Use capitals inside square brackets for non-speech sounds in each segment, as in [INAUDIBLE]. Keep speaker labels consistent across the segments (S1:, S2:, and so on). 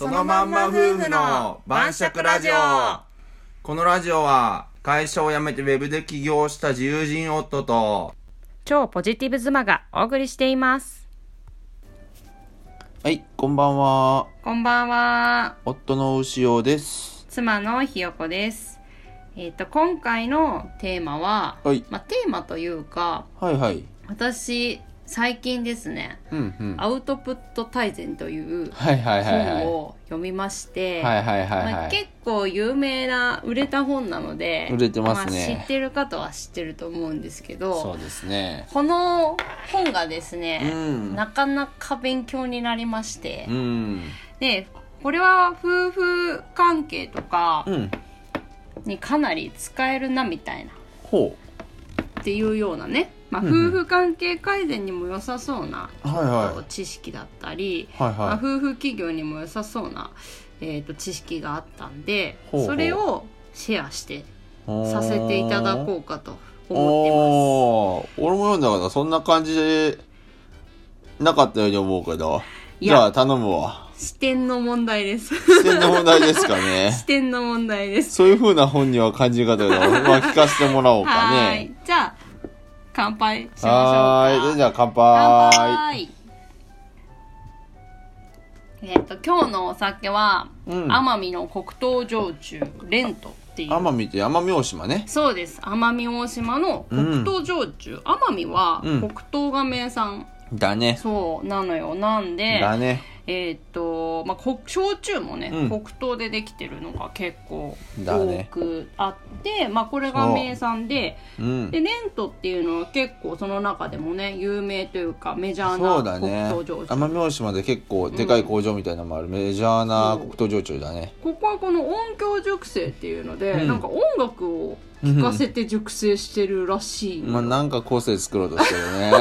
S1: のまんま夫婦の晩酌ラジオこのラジオは会社を辞めてウェブで起業した自由人夫と
S2: 超ポジティブ妻がお送りしています
S1: はいこんばんは
S2: こんばんは
S1: 夫の牛尾です
S2: 妻のひよこですえっ、と今回のテーマは、
S1: はい
S2: まあテーマというか
S1: はいはい
S2: 私最近ですね
S1: うんうん
S2: 「アウトプット大全」という
S1: はいはいはいはい
S2: 本を読みまして、
S1: はいはいはい
S2: ま
S1: は
S2: あ、
S1: い
S2: 結構有名な売れた本なので
S1: 売れてますね
S2: あ知ってる方は知ってると思うんですけ
S1: そ
S2: ど
S1: うですね
S2: この本がです
S1: う
S2: ね、
S1: ん
S2: なかなか勉強になりまして、
S1: うん
S2: でこれは夫婦関係とか
S1: うん
S2: にかなり使えるなみたいな
S1: ほ
S2: っていうようなね、まあ、
S1: う
S2: 夫
S1: んうん
S2: 婦関係改善にも良さそうな
S1: うはいはい
S2: こう知識だったり、
S1: はい
S2: まあ、
S1: は
S2: 夫婦企業にも良さそうな、えー、と知識があったんで
S1: ほうほう
S2: それをシェアして
S1: い
S2: させていただこうかと思って
S1: おー俺も読んだからそんな感じでなかったように思うけど
S2: い
S1: じ
S2: や
S1: ゃあ頼むわ
S2: ます視点の問題
S1: [LAUGHS]
S2: です
S1: 視点の問題ですかね
S2: 視点の問題です
S1: そういう風な本には感じ方が、まあ、聞かせてもらおうか
S2: はー
S1: ね
S2: いじゃあ乾杯しましょうか
S1: はーいじゃあ乾
S2: 乾
S1: 杯
S2: 杯えっ、と今日のお酒は、
S1: うん
S2: 奄美の黒糖焼酎レントっていう
S1: 奄美って奄美大島ね
S2: そうです奄美大島の黒糖焼酎、奄美は
S1: うん
S2: 黒糖が名産、
S1: だね
S2: そうなのよなんで
S1: だね
S2: えっ、と、まあ、黒焼酎もね、
S1: うん
S2: 黒糖でできてるのが結構
S1: だね
S2: 多くあって、まあ、これが名産で
S1: うん
S2: でレントっていうのは結構その中でもね有名というかメジャー
S1: そうだ
S2: な
S1: ね
S2: 黒糖焼酎、
S1: 奄美大島で結構でかい工場みたいなのもある、メジャーな黒糖焼酎だね
S2: ここはこの音響熟成っていうので、
S1: うん
S2: なんか音楽を聴かせて熟成してるらしいのよ、
S1: まあなんか構成作ろうとしてる
S2: [LAUGHS]
S1: ね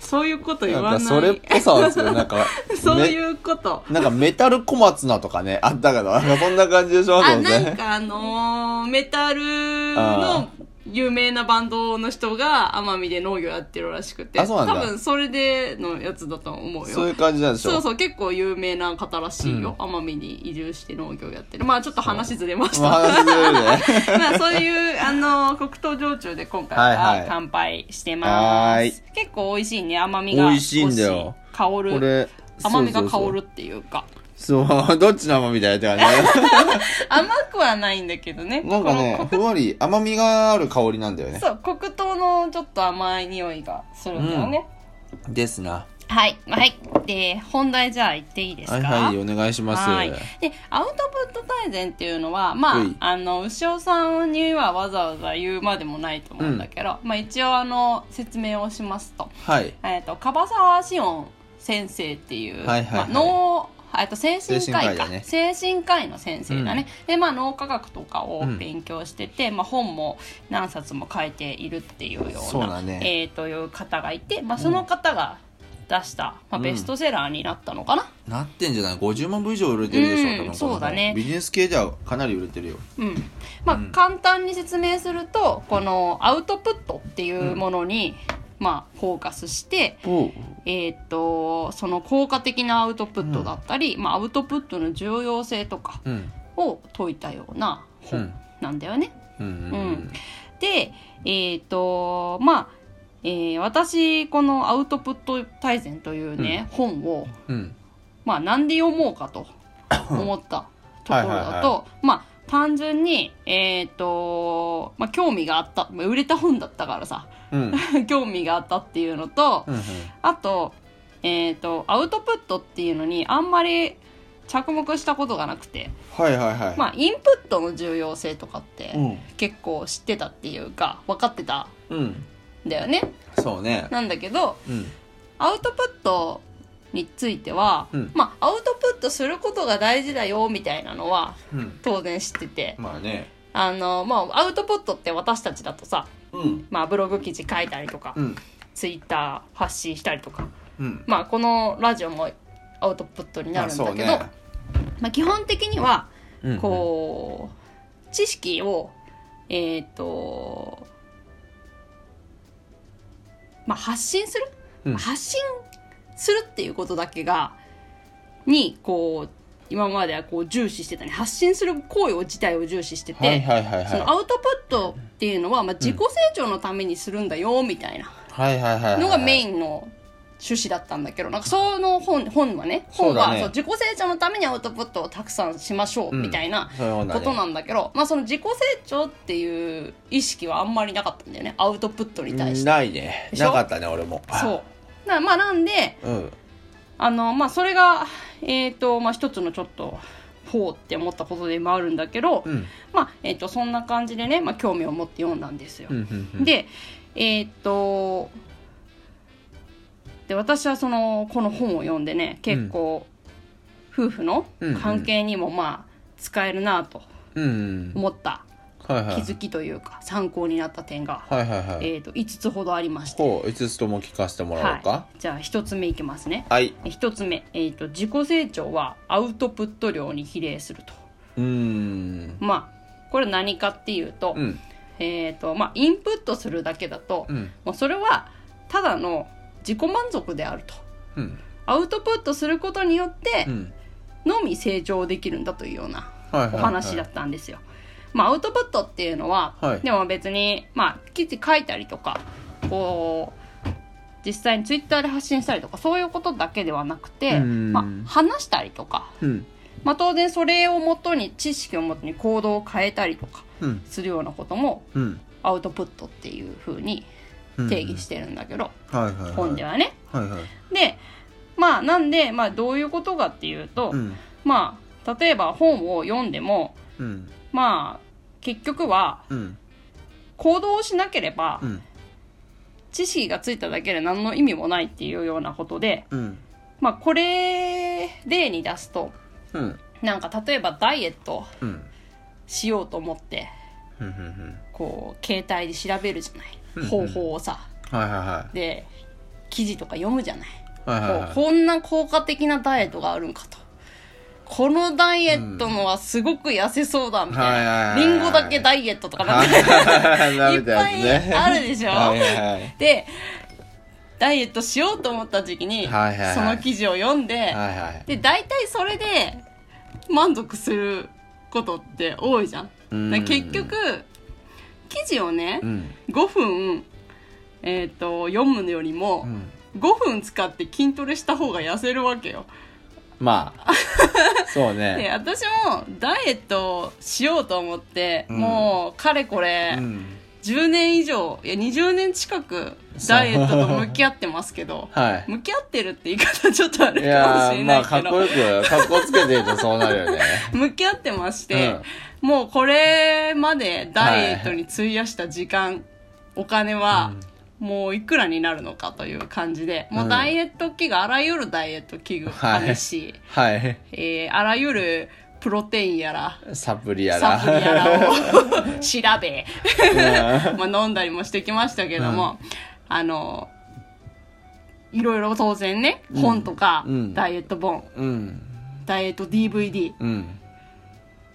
S2: そういうこと言
S1: なん
S2: わな
S1: か
S2: い
S1: それっぽさはするなんか
S2: [LAUGHS] そう
S1: め
S2: いうこと
S1: なんかメタル小松菜とかねあったけどなんかそんな感じでしょ
S2: あ
S1: そう
S2: なん
S1: ね
S2: かあのーメタル
S1: あ
S2: の有名なバンドの人が奄美で農業やってるらしくて
S1: あそうなんだ
S2: 多分それでのやつだと思うよ
S1: そういう感じなんでしょ
S2: そうそう結構有名な方らしいよ奄美、に移住して農業やってるまあちょっと話ずれました
S1: まあ話ずれるね
S2: [LAUGHS] まあそういうあの黒糖焼酎で今回
S1: はいは
S2: はい乾杯してます、
S1: はーい
S2: 結構美味しいね甘みが
S1: 美味しいんだよ
S2: 少し香
S1: こ
S2: る
S1: れ
S2: 甘みが香
S1: そうそう
S2: るっていうか
S1: そうそう [LAUGHS] どっちの甘みだよって感
S2: [LAUGHS]
S1: じ
S2: 甘くはないんだけどね
S1: なんかね
S2: こ
S1: ふんわり甘みがある香りなんだよ
S2: の
S1: ね
S2: そう黒糖のちょっと甘い匂いがするんだよね、
S1: ですな
S2: はいはいで本題じゃあ言っていいですか
S1: はいはいお願いします
S2: はいでアウトプット大全っていうのはま
S1: う
S2: あ
S1: い
S2: あの牛尾さんにはわざわざ言うまでもないと思うんだけど、まあ、一応あの説明をしますと
S1: はい
S2: えっと樺沢志音先生っていう、
S1: はいはいはい
S2: まあ、脳えっと精神科医
S1: 精神科医だ
S2: か
S1: ね
S2: 精神,、科医の先生だね、でまあ脳科学とかを勉強してて、まあ、本も何冊も書いているっていうような
S1: そうだね
S2: えー、という方がいて、まあ、その方が出した、まあ、ベストセラーになったのかな、
S1: なってんじゃない50万部以上売れてるでしょ、
S2: う
S1: 多
S2: ん
S1: 分この本
S2: そうだね
S1: ビジネス系ではかなり売れてるよ
S2: うんまあ、簡単に説明するとこのアウトプットっていうものに、まあ、フォーカスして、
S1: お
S2: えーっとその効果的なアウトプットだったり、まあ、アウトプットの重要性とか
S1: うん
S2: を説いたような
S1: う
S2: 本
S1: ん
S2: なんだよね。
S1: うん
S2: うんで、えーっとまあえー私この「アウトプット大全」というね、本を、
S1: うん
S2: まあ、なんで読もうかと思ったところだと
S1: はいはいは
S2: まあ単純に、えーっとまあ、興味があったまあ売れた本だったからさ [LAUGHS]
S1: うんうん
S2: 興味があったっていうのと、
S1: うん
S2: あと,、えー、とアウトプットっていうのにあんまり着目したことがなくて、
S1: はいはいはい
S2: まあ、インプットの重要性とかって
S1: うん
S2: 結構知ってたっていうか分かってた
S1: うん
S2: んだよね
S1: そうね
S2: なんだけど
S1: うん
S2: アウトプットについては、
S1: うん
S2: まあ、アウトプットすることが大事だよみたいなのは
S1: うん
S2: 当然知ってて
S1: まあね
S2: あの、まあ、アウトプットって私たちだとさ、
S1: うん
S2: まあ、ブログ記事書いたりとか、
S1: うん
S2: ツイッター発信したりとか、
S1: うん
S2: まあ、このラジオもアウトプットになるんだけど、まあ、基本的には
S1: うん
S2: こう、知識をえっ、とまあ発信する、
S1: うん
S2: 発信するっていうことだけがにこう今まではこう重視してたね発信する行為を自体を重視してて、
S1: はいはいはいはい
S2: そのアウトプットっていうのは、まあ、自己成長のためにするんだよみたいな
S1: はいはいはいはい
S2: のがメ
S1: ン
S2: インの趣旨だったんだけどなんかその本本はね
S1: そ
S2: 本
S1: うだ
S2: は
S1: ね
S2: そう自己成長のためにアウトプットをたくさんしましょうみたいな
S1: そういうもんだ
S2: こ
S1: ね
S2: となんだけど、まあ、その自己成長っていう意識はあんまりなかったんだよねアウトプットに対して。
S1: ないね
S2: でしょ
S1: なかったね俺も
S2: そうだからまあなんで
S1: ううん
S2: あの、まあ、それが、えーとまあ、一つのちょっとほうって思ったことでもあるんだけど、
S1: うん
S2: まあえー、とそんな感じでね、まあ、興味を持って読んだんですよ。
S1: うんうんうん
S2: でえーっとで私はそのこの本を読んでね結構、夫婦の関係にもまあ使えるなと
S1: うん
S2: 思った
S1: はいはい
S2: 気づきというか参考になった点が、
S1: はいはいはい
S2: えーっと5つほどありまして、
S1: ほう5つとも聞かせてもらおうか
S2: は、い、じゃあ1つ目いきますね
S1: はい
S2: 1つ目、えーっと自己成長はアウトプット量に比例すると
S1: うーん
S2: まあこれ何かっていうと,、
S1: うん
S2: えーっとまあ、インプットするだけだと、
S1: うん
S2: もうそれはただの自己満足であると
S1: うん
S2: アウトプットすることによって
S1: うん
S2: のみ成長できるんだというような
S1: はいはいはい
S2: お話だったんですよ。まあ、アウトプットっていうのは、
S1: はい
S2: でも別に、まあ、記事書いたりとかこう実際にツイッターで発信したりとかそういうことだけではなくて、
S1: うん
S2: まあ、話したりとか、
S1: うん
S2: まあ、当然それをもとに知識をもとに行動を変えたりとか
S1: うん
S2: するようなことも
S1: うん
S2: アウトプットっていうふうに定義してるんだけど、
S1: はいはいはい
S2: 本ではね。
S1: はいはい
S2: でまあなんで、まあ、どういうことかっていうと、
S1: うん
S2: まあ例えば本を読んでも
S1: うん
S2: まあ結局は
S1: うん
S2: 行動をしなければ
S1: うん
S2: 知識がついただけで何の意味もないっていうようなことで
S1: うん
S2: まあこれ例に出すと
S1: うん
S2: なんか例えばダイエット
S1: うん
S2: しようと思って
S1: うんうんうん
S2: こう携帯で調べるじゃ
S1: う
S2: なん
S1: う
S2: い
S1: ん
S2: 方法をさ
S1: はいは
S2: で記事とか読むじゃない
S1: いはいはいはい
S2: こ
S1: は
S2: う
S1: い
S2: こんな効果的なダイエットがあるんかと。このダイエットのはすごく痩せそうだみたいな。
S1: うんはい
S2: リ
S1: はいはい
S2: ンゴだけダイエットとかなんか
S1: はいはい
S2: いっぱいあるでしょ
S1: はい
S2: [LAUGHS]
S1: はい
S2: で、ダイエットしようと思った時期に、
S1: はいはいはい
S2: その記事を読んで、
S1: はいはい
S2: で、大体それで満足することって多いじゃん。
S1: うん
S2: だから結局、記事をね
S1: う、ん
S2: 5分、えっ、と、読むのよりも
S1: う、ん
S2: 5分使って筋トレした方が痩せるわけよ。
S1: ま
S2: [LAUGHS]
S1: あそう
S2: で
S1: ね
S2: 私もダイエットをしようと思って、
S1: うん
S2: もうかれこれ
S1: うん
S2: 10年以上いや20年近くダイエットと向き合ってます
S1: [LAUGHS]
S2: けど
S1: はい
S2: 向き合ってるって言い方ちょっとあれ
S1: い
S2: か
S1: や
S2: もしれ
S1: ー、ま
S2: な
S1: あ、
S2: い
S1: かっ
S2: けど、
S1: こよく、かっこつけてるとそうなるよね。
S2: 向き合ってまして、もうこれまでダイエットに費やした時間、お金は、もういくらになるのかという感じで、もううんダイエット器具、あらゆるダイエット器具
S1: はい
S2: 試し、
S1: はい。
S2: えーあらゆるプロテインやら、
S1: サプリや
S2: サ
S1: ら。
S2: プリやらを調べ、
S1: ら
S2: [LAUGHS] まあ、飲んだりもしてきましたけども、あのいろいろ当然ね
S1: ん
S2: 本とか、
S1: うん
S2: ダイエット本
S1: うん。うん。
S2: ダイエット DVD
S1: うん。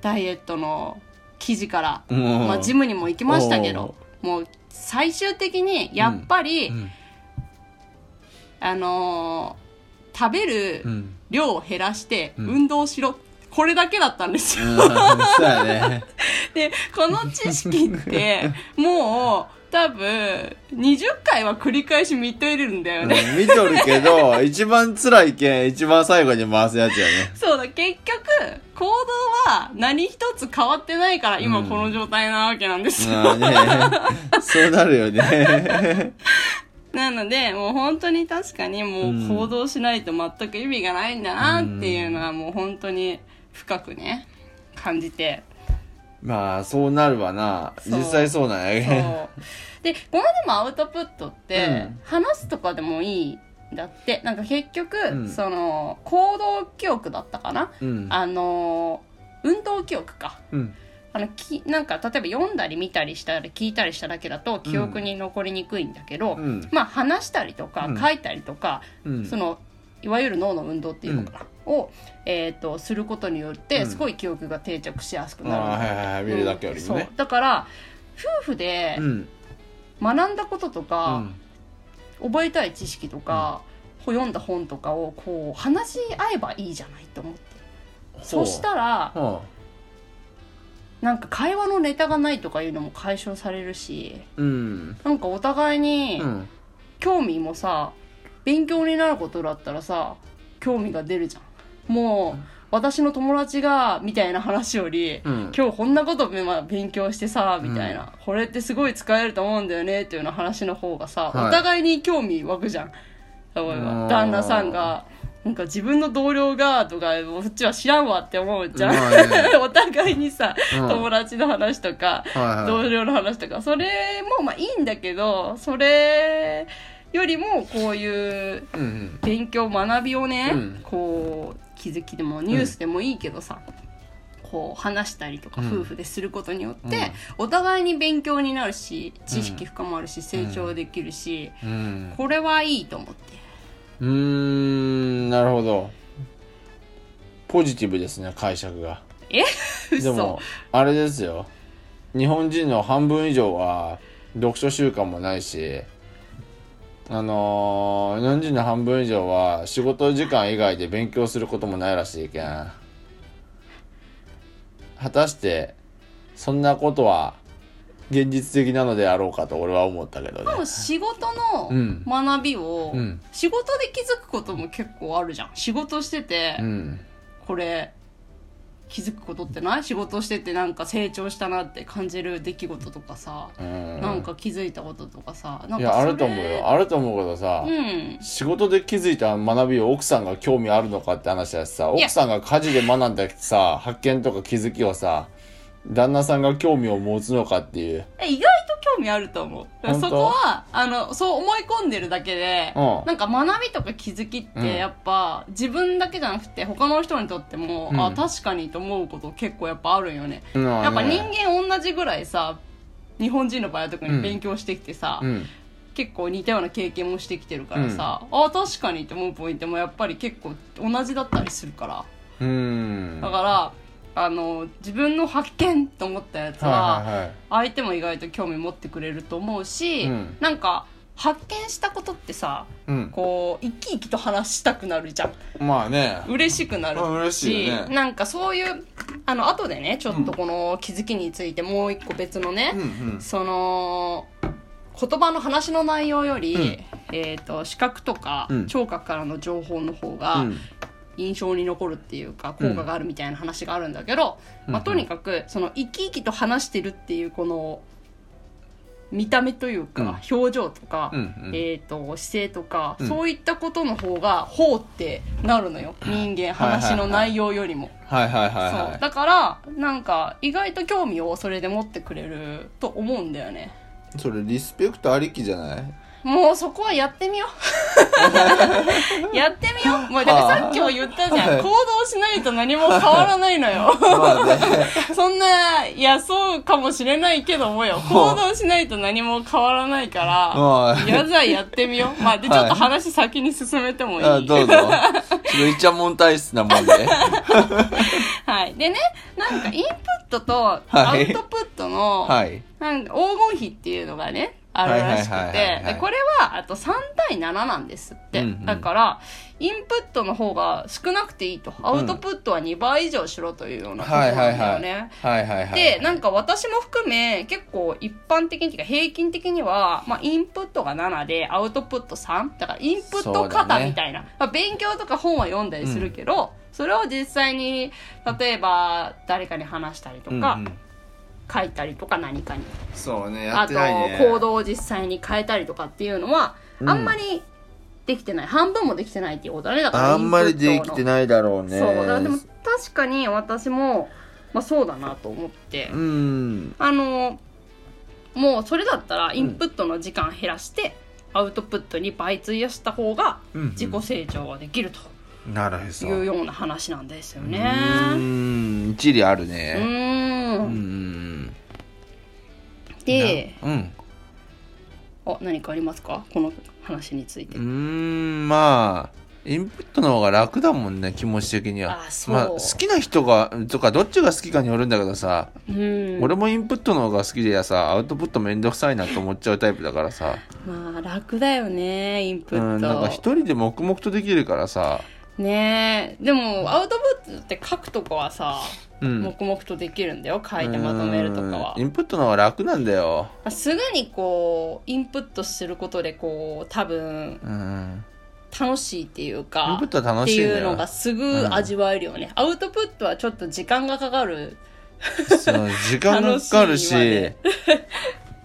S2: ダイエットの記事から、
S1: うん
S2: まあ、ジムにも行きましたけどもう最終的にやっぱり、
S1: うん
S2: あのー食べ
S1: う
S2: る
S1: ん。
S2: 量を減らして
S1: うん
S2: 運動しろ、これだけだったんですよ
S1: うんそうやね。
S2: でこの知識ってもう多分20回は繰り返し見とれるんだ
S1: う
S2: よ
S1: ん
S2: ね、
S1: 見とるけど、一番辛いけん、一番最後に回すやつやね。
S2: そうだ結局行動は何一つ変わってないから今
S1: うん
S2: この状態なわけなんですよ、
S1: まあね。そうなるよね。
S2: [LAUGHS] なのでもう本当に確かにもう行動しないと全く意味がないんだなっていうのはもう本当に深くね感じて
S1: まあ、そうなるわな。
S2: そう
S1: 実際そうなんや
S2: そう
S1: ね。
S2: でこのでもアウトプットって
S1: うん
S2: 話すとかでもいいんだってなんか結局、
S1: ん
S2: その行動記憶だったかな、
S1: うん。
S2: あの運動記憶か
S1: うん。
S2: あのきなんか例えば読んだり見たりしたり聞いたりしただけだと記憶に残りにくいんだけど、
S1: うん。
S2: まあ話したりとか
S1: うん
S2: 書いたりとか、
S1: うん。
S2: そのいわゆる脳の運動っていうのかな、を、えー、とすることによって
S1: うん
S2: すごい記憶が定着しやすく
S1: あ
S2: なるの、
S1: あ、はいはいはい。見るだけよりもね
S2: そう。だから夫婦で
S1: うん。
S2: 学んだことと
S1: う
S2: か、
S1: ん。
S2: 覚えたい知識とか、こう読んだ本とかをこう話し合えばいいじゃないと思って。そしたら
S1: は
S2: なんか会話のネタがないとかいうのも解消されるし
S1: あうん
S2: なんかお互いに
S1: うん
S2: 興味もさ勉強になることだったらさ興味が出るじゃんもう私の友達がみたいな話より、
S1: うん
S2: 今日こんなことべまあ勉強してさみたいな、これってすごい使えると思うんだよねっていうような話の方がさ、
S1: はい
S2: お互いに興味湧くじゃん例え
S1: うん
S2: ば旦那さんがなんか自分の同僚がとかこっちは知らんわって思うじゃん、
S1: まあね
S2: [LAUGHS] お互いにさ、
S1: うん
S2: [LAUGHS] 友達の話とか、
S1: はいは
S2: 同
S1: い
S2: 僚の話とかそれもまあいいんだけどそれよりもこういう
S1: うんうん
S2: 勉強学びをね、
S1: うん
S2: こう気づきでもニュースでもいいけどさ、こう話したりとか
S1: うん
S2: 夫婦ですることによって、お互いに勉強になるし知識深まるし成長できるし、
S1: うん
S2: これはいいと思って
S1: うーんなるほどポジティブですね解釈が
S2: え
S1: で
S2: 嘘
S1: もあれですよ日本人の半分以上は読書習慣もないしあのー日本人の半分以上は仕事時間以外で勉強することもないらしいけん果たしてそんなことは現実的なのであろうかと俺は思ったけどね
S2: でも仕事
S1: うん
S2: の学びを、
S1: うん
S2: 仕事で気づくことも結構あるじゃん仕事してて、
S1: うん
S2: これ気づくことってない仕事しててなんか成長したなって感じる出来事とかさ、
S1: うん
S2: なんか気づいたこととかさなんか
S1: いやあ
S2: それ
S1: ると思うよあると思うけどさ、
S2: うん
S1: 仕事で気づいた学びを奥さんが興味あるのかって話だしさ
S2: いや
S1: 奥さんが家事で学んださ発見とか気づきをさ旦那さんが興味を持つのかっていう
S2: え意外と興味あると思うだから
S1: 本当
S2: そこはあのそう思い込んでるだけで、
S1: うん
S2: なんか学びとか気づきっ
S1: うん
S2: てやっぱ、自分だけじゃなくて他の人にとっても、
S1: うん
S2: あ確かにと思うこと結構やっぱあるよね、
S1: や
S2: やっぱ人間同じぐらいさ日本人の場合は特
S1: うん
S2: に勉強してきてさ、
S1: うん
S2: 結構似たような経験もしてきてるからさ、あ確かにって思うポイントもやっぱり結構同じだったりするから
S1: うん
S2: だから、あの自分の発見と思ったやつ
S1: はい
S2: は
S1: はいはい
S2: 相手も意外と興味持ってくれると思うし、
S1: うん
S2: なんか発見したことってさ
S1: うん
S2: こう生き生きと話したくなるじゃん
S1: まあね
S2: 嬉しくなる
S1: あ嬉しいよね
S2: なんかそういうあの後でねちょっとこの気づきについてもう一個別のね、
S3: うんうん
S2: その言葉の話の内容より、
S1: うん
S2: えー、と視覚とか
S1: うん
S2: 聴覚からの情報の方
S1: う
S2: が
S1: ん
S2: 印象に残るっていうか
S1: うん
S2: 効果があるみたいな話があるんだけど、
S1: うん
S2: まあ、とにかくその生き生きと話してるっていうこの見た目というか、
S1: うん
S2: 表情とか、
S1: うんうん
S2: えー、と姿勢とか、
S1: うん
S2: そういったことの方が「ほう」ってなるのよ人間
S1: はいはい
S2: 話の内容よりも。
S1: はいはいはい
S2: そ
S1: は
S2: うだからなんか意外と興味をそれで持ってくれると思うんだよね。
S1: いそれリスペクトありきじゃない
S2: もうそこはやってみ
S1: [LAUGHS]
S2: よう。やってみよう。もうだからさっきも言ったじゃん。
S1: はい
S2: 行動しないと何も変わらないの
S1: [LAUGHS]
S2: よ。
S1: まあね
S2: そんな、いや、そうかもしれないけどもよ。行動しないと何も変わらないか
S1: まあ
S2: [LAUGHS] ら、いやじゃあやってみよう。まあ、で、ちょっと話先に進めてもいい。
S1: あどうぞちょっとイチャモン体質なも
S2: [LAUGHS]
S1: んで
S2: はい。でね、なんかインプットとア
S1: は
S2: ウ
S1: い
S2: トプットの、
S1: はい
S2: なんか黄金比っていうのがねあるらし
S1: はい
S2: く
S1: はいはいはい
S2: て
S1: はい
S2: でこれはあと3対7なんですって、
S1: うんうん
S2: だからインプットの方が少なくていいとアウトプットは2倍以上しろというようなこと
S1: は
S2: なん
S1: いはい
S2: だ
S1: は
S2: よ
S1: い
S2: ね。
S1: はいはいはい
S2: でなんか私も含め結構一般的にっていうか平均的には、まあ、インプットが7でアウトプット3だからインプット
S1: そうだ
S2: 型
S1: ね
S2: みたいな、まあ、勉強とか本は読んだりするけど、それを実際に例えば誰かに話したりとか、
S1: うんうん
S2: 書いたりとか何かに
S1: そうねや
S2: あ
S1: って
S2: と
S1: ないね
S2: 行動を実際に変えたりとかっていうのは、
S1: うん
S2: あんまりできてない半分もできてないっていうことだねだから
S1: あんまりできて
S2: ない
S1: ないだろうね。
S2: そうだからでも確かに私も、まあ、そうだなと思って、
S1: うん。
S2: あのもうそれだったらインプットの時間減らして、アウトプットに倍費やした方が
S1: うんうん
S2: 自己成長ができる
S1: なる
S2: と
S1: ほ
S2: いう
S1: ど。
S2: ような話なんですよ
S1: う
S2: ね
S1: ん、一理ある
S2: う
S1: ね。
S2: ー
S1: うんん。
S2: で
S1: うん。
S2: あ何かありますかこの話について
S1: うーん、まあ。インプットの方が楽だもんね、気持ち的には。
S2: あそう
S1: まあ、好きな人が、とか、どっちが好きかによるんだけどさ、
S2: うん
S1: 俺もインプットの方が好きでやさ、アウトプットめんどくさいなと思っちゃうタイプだからさ、
S2: まあ楽だよねインプ
S1: う
S2: ッ
S1: ん、
S2: ト
S1: なんか一人で黙々とできるからさ、
S2: ねえでもアウトプットって書くとかはさ、
S4: うん
S2: 黙々とできるんだよ書いてまとめるとかは
S4: うんインプットの方が楽なんだよ
S2: まあすぐにこうインプットすることでこう多分
S4: うん
S2: 楽しいっていう
S4: イン
S2: か
S4: プットは
S2: っ
S4: 楽
S2: て
S4: しいん
S2: い
S4: だ
S2: うの
S4: よ
S2: がすぐ味わえるよね、アウトプットはちょっと時間がかかる
S4: そう時間もかかるし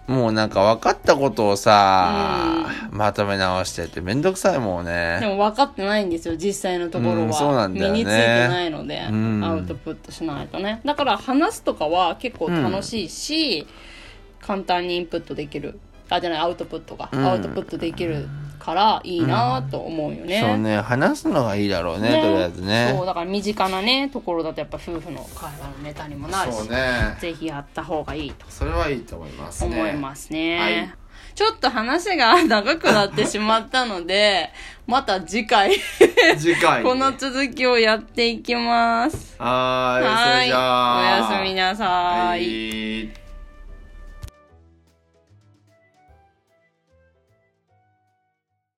S4: もうなんか分かったことをさ、まとめ直してってめんどくさいもん
S2: [LAUGHS] で
S4: ね
S2: も分かってないんですよ実際のところは、
S4: うんそうなんだよね
S2: 身についてないので、
S4: うん
S2: アウトプットしないとねだから話すとかは結構楽しいし、簡単にインプットできるあじゃないアウトプットが、
S4: うん
S2: アウトプットできるからいいなと思うよね、
S4: そうね話すのがいいだろうねとりあえず
S2: そう
S4: ね
S2: だから身近なねところだとやっぱ夫婦の会話のネタにもなるし、
S1: そうね
S2: ぜひやった方がいいと
S1: それはいいと思いますね
S2: 思いますね。
S1: はい
S2: ちょっと話が長くなってしまったので、また次回、
S1: 次回
S2: この続きをやっていきます。
S1: はーいそ
S2: は
S1: れ
S2: い。
S1: じゃあ
S2: おやすみなさ。
S1: はいい